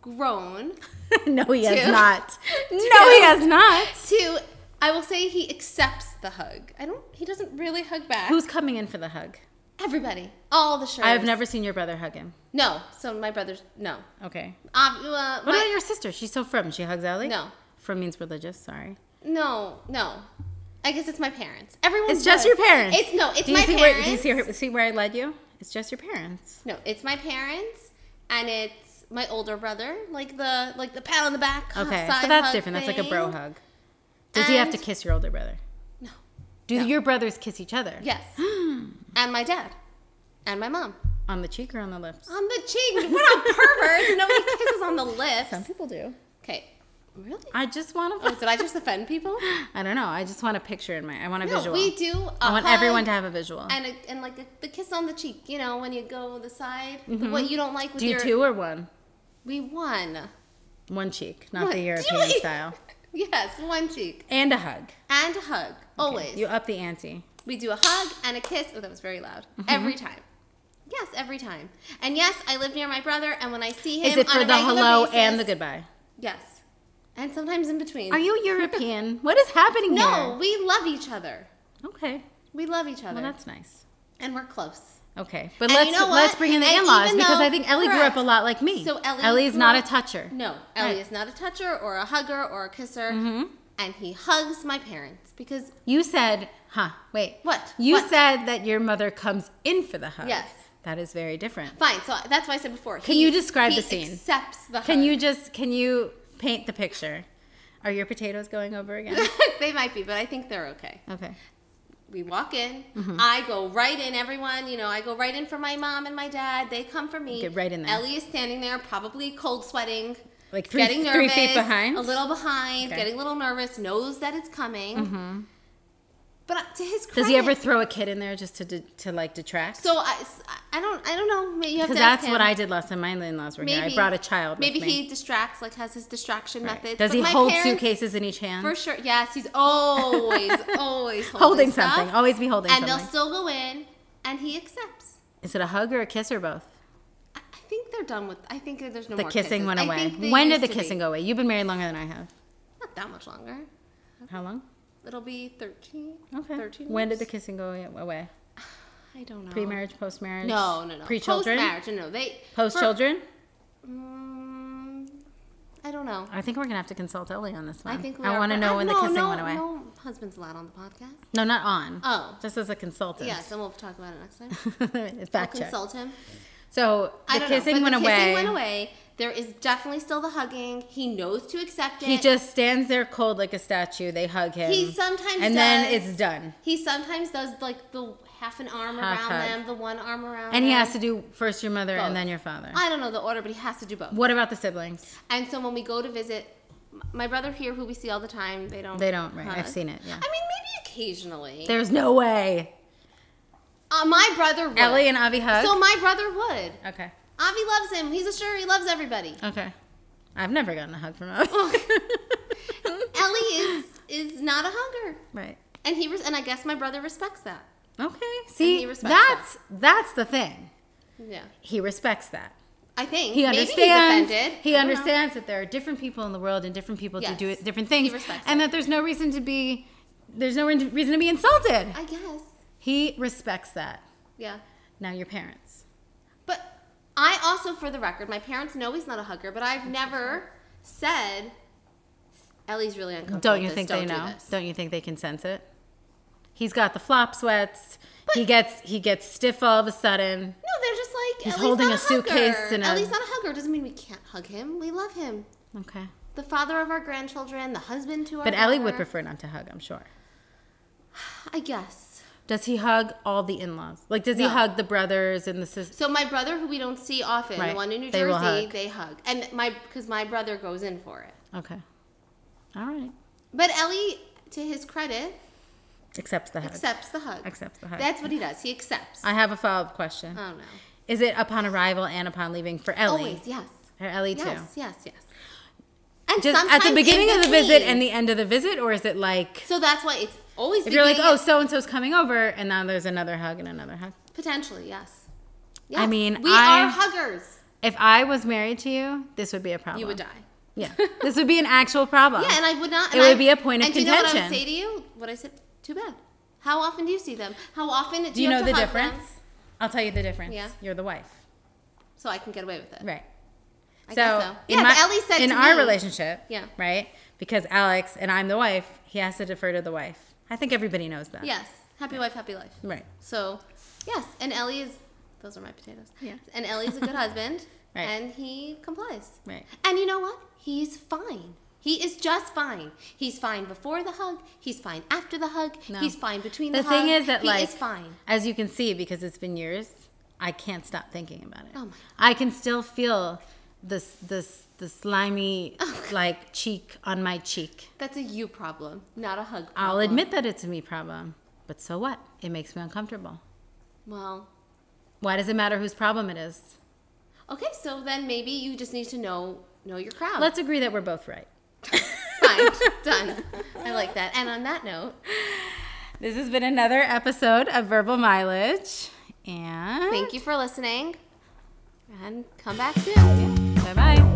Speaker 4: grown
Speaker 1: no, he has
Speaker 4: Two.
Speaker 1: not. No,
Speaker 4: Two.
Speaker 1: he has not.
Speaker 4: to. I will say he accepts the hug. I don't. He doesn't really hug back.
Speaker 1: Who's coming in for the hug?
Speaker 4: everybody? All the shirts.
Speaker 1: I've never seen your brother hug him.
Speaker 4: No. So my brother's no.
Speaker 1: Okay.
Speaker 4: Um, uh,
Speaker 1: What
Speaker 4: my-
Speaker 1: about your sister? She's so from. She hugs Ellie?
Speaker 4: No.
Speaker 1: From means religious, sorry.
Speaker 4: No, no. I guess it's my parents. Everyone.
Speaker 1: It's just your parents.
Speaker 4: It's no. It's
Speaker 1: do you
Speaker 4: my
Speaker 1: see Where,
Speaker 4: parents.
Speaker 1: do you see, where- see where I led you? It's just your parents.
Speaker 4: No, it's my parents, and it's my older brother. Like the like the pat on the back.
Speaker 1: Okay.
Speaker 4: side
Speaker 1: So that's
Speaker 4: hug
Speaker 1: different. That's like a bro
Speaker 4: thing.
Speaker 1: hug. Does he have to
Speaker 4: And-
Speaker 1: kiss your older brother?
Speaker 4: No.
Speaker 1: Do your brothers kiss each other?
Speaker 4: Yes. and my dad, and my mom.
Speaker 1: On the cheek or on the lips?
Speaker 4: On the cheek. We're not perverts. Nobody kisses on the
Speaker 1: Some
Speaker 4: lips.
Speaker 1: people do.
Speaker 4: Okay. Really?
Speaker 1: I just want to.
Speaker 4: Oh, did I just offend people?
Speaker 1: I don't know. I just want a picture in my. I want a
Speaker 4: No,
Speaker 1: visual.
Speaker 4: we do. A
Speaker 1: I want
Speaker 4: hug
Speaker 1: everyone to have a visual.
Speaker 4: And, a, and like a, the kiss on the cheek, you know, when you go the side, the- what you don't like with
Speaker 1: Mm-hmm. do
Speaker 4: your.
Speaker 1: two or one?
Speaker 4: We won.
Speaker 1: One cheek, not
Speaker 4: What?
Speaker 1: the
Speaker 4: Do you-
Speaker 1: European style.
Speaker 4: Yes, one cheek.
Speaker 1: And a hug.
Speaker 4: And a hug. Always.
Speaker 1: You up the ante.
Speaker 4: We do a hug and a kiss. Oh, that was very loud.
Speaker 1: Mm-hmm.
Speaker 4: Every time. Yes, every time. And yes, I live near my brother, and when I see him,
Speaker 1: Is it
Speaker 4: on
Speaker 1: for
Speaker 4: a
Speaker 1: the
Speaker 4: regular
Speaker 1: hello
Speaker 4: basis-
Speaker 1: and the goodbye?
Speaker 4: Yes, and sometimes in between.
Speaker 1: Are you European? what is happening
Speaker 4: No, we love each other.
Speaker 1: here? Okay.
Speaker 4: We love each other,
Speaker 1: Well, that's nice.
Speaker 4: and we're close.
Speaker 1: Okay, but
Speaker 4: And
Speaker 1: let's
Speaker 4: you know what?
Speaker 1: let's bring in the
Speaker 4: And
Speaker 1: in-laws
Speaker 4: even
Speaker 1: because
Speaker 4: though-
Speaker 1: I think Ellie grew
Speaker 4: correct.
Speaker 1: up a lot like me.
Speaker 4: So Ellie
Speaker 1: Ellie's
Speaker 4: grew
Speaker 1: not a
Speaker 4: up-
Speaker 1: toucher.
Speaker 4: No,
Speaker 1: Right.
Speaker 4: Ellie
Speaker 1: Mm-hmm.
Speaker 4: is not a toucher or a hugger or a kisser, and he hugs my parents because
Speaker 1: You said, huh? Wait.
Speaker 4: What?
Speaker 1: You
Speaker 4: What?
Speaker 1: said that your mother comes in for the hug.
Speaker 4: Yes.
Speaker 1: That is very different.
Speaker 4: fine. So that's why I said before.
Speaker 1: Can you describe
Speaker 4: he
Speaker 1: the scene?
Speaker 4: Accepts the.
Speaker 1: Can
Speaker 4: hug.
Speaker 1: you just can you paint the picture? Are your potatoes going over again?
Speaker 4: they might be, but I think they're okay.
Speaker 1: okay.
Speaker 4: we walk in.
Speaker 1: Mm-hmm.
Speaker 4: I go right in. Everyone, you know, I go right in for my mom and my dad. They come for me.
Speaker 1: Get right in there.
Speaker 4: Ellie is standing there, probably cold sweating,
Speaker 1: Like three,
Speaker 4: getting nervous,
Speaker 1: three feet behind.
Speaker 4: a little
Speaker 1: Okay.
Speaker 4: behind,
Speaker 1: Mm-hmm.
Speaker 4: getting a little nervous. Knows that it's coming. But uh, to his credit,
Speaker 1: Does he ever throw a kid in there just to de- to like detract?
Speaker 4: So I, s- I don't, I don't know. Maybe you have to
Speaker 1: because
Speaker 4: ask
Speaker 1: that's what
Speaker 4: him.
Speaker 1: I did last time my in-laws were here. I brought a child.
Speaker 4: Maybe
Speaker 1: with me.
Speaker 4: he distracts, like has his distraction
Speaker 1: Right.
Speaker 4: methods.
Speaker 1: Does
Speaker 4: But
Speaker 1: he
Speaker 4: my
Speaker 1: hold
Speaker 4: parents-
Speaker 1: suitcases in each hand?
Speaker 4: For sure. Yes, he's always, always holding,
Speaker 1: holding
Speaker 4: stuff.
Speaker 1: something. Always be holding
Speaker 4: and
Speaker 1: something.
Speaker 4: they'll still go in, and he accepts.
Speaker 1: Is it a hug or a kiss or both?
Speaker 4: I I think they're done with. I think there's no
Speaker 1: The
Speaker 4: more
Speaker 1: kissing
Speaker 4: kisses.
Speaker 1: went
Speaker 4: I
Speaker 1: away.
Speaker 4: think they
Speaker 1: When did
Speaker 4: used
Speaker 1: the
Speaker 4: to be.
Speaker 1: kissing go away? You've been married longer than I have.
Speaker 4: Not that much longer.
Speaker 1: How long?
Speaker 4: It'll be thirteen.
Speaker 1: Okay.
Speaker 4: Thirteen.
Speaker 1: when did the
Speaker 4: years?
Speaker 1: kissing go away- away?
Speaker 4: I don't know.
Speaker 1: Pre-marriage, post-marriage?
Speaker 4: No, no, no.
Speaker 1: Pre-children?
Speaker 4: Post-marriage. No, no. They
Speaker 1: Post-children?
Speaker 4: for- Mm, I don't know.
Speaker 1: I think we're gonna have to consult Ellie on this one.
Speaker 4: I think we
Speaker 1: Um, I
Speaker 4: are-
Speaker 1: want to
Speaker 4: but
Speaker 1: know
Speaker 4: I-
Speaker 1: when
Speaker 4: no,
Speaker 1: the kissing
Speaker 4: no,
Speaker 1: went away. No.
Speaker 4: No, husband's allowed on the podcast.
Speaker 1: not on.
Speaker 4: Oh.
Speaker 1: Just as a consultant.
Speaker 4: Yes, and we'll talk about it next time.
Speaker 1: Fact check.
Speaker 4: Consult him.
Speaker 1: So the
Speaker 4: I don't
Speaker 1: kissing
Speaker 4: know. But
Speaker 1: went
Speaker 4: the
Speaker 1: away.
Speaker 4: kissing went away. There is definitely still the hugging. He knows to accept it.
Speaker 1: He just stands there cold like a statue. They hug him.
Speaker 4: He sometimes
Speaker 1: and then
Speaker 4: does.
Speaker 1: it's done.
Speaker 4: He sometimes does like the half an arm
Speaker 1: Half
Speaker 4: around
Speaker 1: hug.
Speaker 4: them, the one arm around.
Speaker 1: And he
Speaker 4: them.
Speaker 1: has to do first your mother
Speaker 4: Both.
Speaker 1: and then your father.
Speaker 4: I don't know the order, but he has to do both.
Speaker 1: what about the siblings?
Speaker 4: And so when we go to visit m- my brother here, who we see all the time, they don't.
Speaker 1: They don't. Right.
Speaker 4: hug.
Speaker 1: I've seen it. Yeah.
Speaker 4: I mean, maybe occasionally.
Speaker 1: There's no way.
Speaker 4: Uh, my brother would.
Speaker 1: Ellie and Avi hug.
Speaker 4: so my brother would.
Speaker 1: okay.
Speaker 4: Avi loves him. He's a sure. He loves everybody.
Speaker 1: Okay. I've never gotten a hug from Avi.
Speaker 4: Oh. Ellie is is not a hugger,
Speaker 1: right.
Speaker 4: and he res- and I guess my brother respects that.
Speaker 1: Okay. See, that's
Speaker 4: respects that.
Speaker 1: that's the thing.
Speaker 4: Yeah,
Speaker 1: He respects that.
Speaker 4: I think
Speaker 1: He understands.
Speaker 4: Maybe he's offended.
Speaker 1: he
Speaker 4: I don't know.
Speaker 1: understands that there are different people in the world and different people to
Speaker 4: Yes.
Speaker 1: do it, different things,
Speaker 4: respects
Speaker 1: and that there's no reason to be there's no re- reason to be insulted.
Speaker 4: I guess.
Speaker 1: He respects that.
Speaker 4: Yeah,
Speaker 1: Now your parents.
Speaker 4: but I also, for the record, my parents know he's not a hugger, but I've never said. Ellie's really uncomfortable.
Speaker 1: Don't
Speaker 4: with
Speaker 1: you
Speaker 4: this.
Speaker 1: think they
Speaker 4: do
Speaker 1: know?
Speaker 4: this."
Speaker 1: Don't you think they can sense it? He's got the flop sweats. he gets he gets stiff all of a sudden.
Speaker 4: No, they're just like
Speaker 1: He's
Speaker 4: "Ellie's
Speaker 1: holding
Speaker 4: not
Speaker 1: a suitcase
Speaker 4: hugger.
Speaker 1: and a-
Speaker 4: Ellie's not a hugger. Doesn't mean we can't hug him. We love him.
Speaker 1: Okay.
Speaker 4: The father of our grandchildren, the husband to our.
Speaker 1: But Ellie would
Speaker 4: daughter.
Speaker 1: prefer not to hug, I'm sure.
Speaker 4: I guess.
Speaker 1: Does he hug all the in-laws? Like does he
Speaker 4: No.
Speaker 1: hug the brothers and the sisters?
Speaker 4: So my brother, who we don't see often,
Speaker 1: Right.
Speaker 4: the one in New
Speaker 1: They
Speaker 4: Jersey,
Speaker 1: will hug.
Speaker 4: they hug, and my because my brother goes in for it.
Speaker 1: Okay. All right.
Speaker 4: But Ellie, to his credit,
Speaker 1: Accepts the hug.
Speaker 4: accepts the hug.
Speaker 1: Accepts the hug.
Speaker 4: That's what he does. He accepts. I
Speaker 1: I have a follow-up question.
Speaker 4: don't know.
Speaker 1: Is it upon arrival and upon leaving for Ellie?
Speaker 4: Always, yes,
Speaker 1: Or Ellie too.
Speaker 4: yes, yes, yes. And
Speaker 1: Just at the
Speaker 4: sometimes
Speaker 1: beginning
Speaker 4: in
Speaker 1: of the visit
Speaker 4: between.
Speaker 1: and the end of the visit, or is it like
Speaker 4: so that's why it's always.
Speaker 1: if you're like,
Speaker 4: beginning
Speaker 1: oh, so and so's coming over, and now there's another hug and another hug.
Speaker 4: Potentially, yes.
Speaker 1: "Oh, I mean, Oh,
Speaker 4: we
Speaker 1: I-
Speaker 4: are huggers.
Speaker 1: If I was married to you, this would be a problem.
Speaker 4: You would die.
Speaker 1: Yeah, this would be an actual problem.
Speaker 4: Yeah, and I would not.
Speaker 1: It
Speaker 4: and
Speaker 1: would
Speaker 4: I-
Speaker 1: be a point of
Speaker 4: and do you know what I
Speaker 1: contention.
Speaker 4: would say to you? What I said. Too bad. How often do you see them? How often do,
Speaker 1: Do you
Speaker 4: have
Speaker 1: know the
Speaker 4: to hug them?
Speaker 1: difference? I'll tell you the difference.
Speaker 4: Yeah.
Speaker 1: you're the wife,
Speaker 4: So I can get away with it.
Speaker 1: right?
Speaker 4: I guess so.
Speaker 1: in
Speaker 4: yeah,
Speaker 1: my,
Speaker 4: but Ellie said
Speaker 1: in
Speaker 4: to
Speaker 1: our
Speaker 4: me-
Speaker 1: relationship,
Speaker 4: Yeah.
Speaker 1: right, because Alex and I'm the wife, he has to defer to the wife. I think everybody knows that.
Speaker 4: Yes, happy wife, happy life.
Speaker 1: right,
Speaker 4: So, yes, and Ellie is. Those are my potatoes.
Speaker 1: Yeah.
Speaker 4: And Ellie's a good husband,
Speaker 1: Right.
Speaker 4: and he complies.
Speaker 1: right.
Speaker 4: And you know what? He's fine. He is just fine. He's fine before the hug. He's fine after the hug.
Speaker 1: No.
Speaker 4: He's fine between the,
Speaker 1: The thing
Speaker 4: hug.
Speaker 1: is that,
Speaker 4: he
Speaker 1: like,
Speaker 4: is fine.
Speaker 1: as you can see, because it's been years, I can't stop thinking about it.
Speaker 4: Oh my God.
Speaker 1: I can still feel this, this, the slimy,
Speaker 4: Oh
Speaker 1: like cheek on my cheek.
Speaker 4: That's a you problem, not a hug.
Speaker 1: I'll
Speaker 4: problem.
Speaker 1: admit that it's a me problem, but so what? It makes me uncomfortable.
Speaker 4: Well,
Speaker 1: Why does it matter whose problem it is?
Speaker 4: okay, so then maybe you just need to know know your crowd.
Speaker 1: Let's agree that we're both right.
Speaker 4: Fine. Done. Done. I like that. And on that note,
Speaker 1: This has been another episode of Verbal Mileage. And
Speaker 4: thank you for listening. And come back soon.
Speaker 1: Bye bye.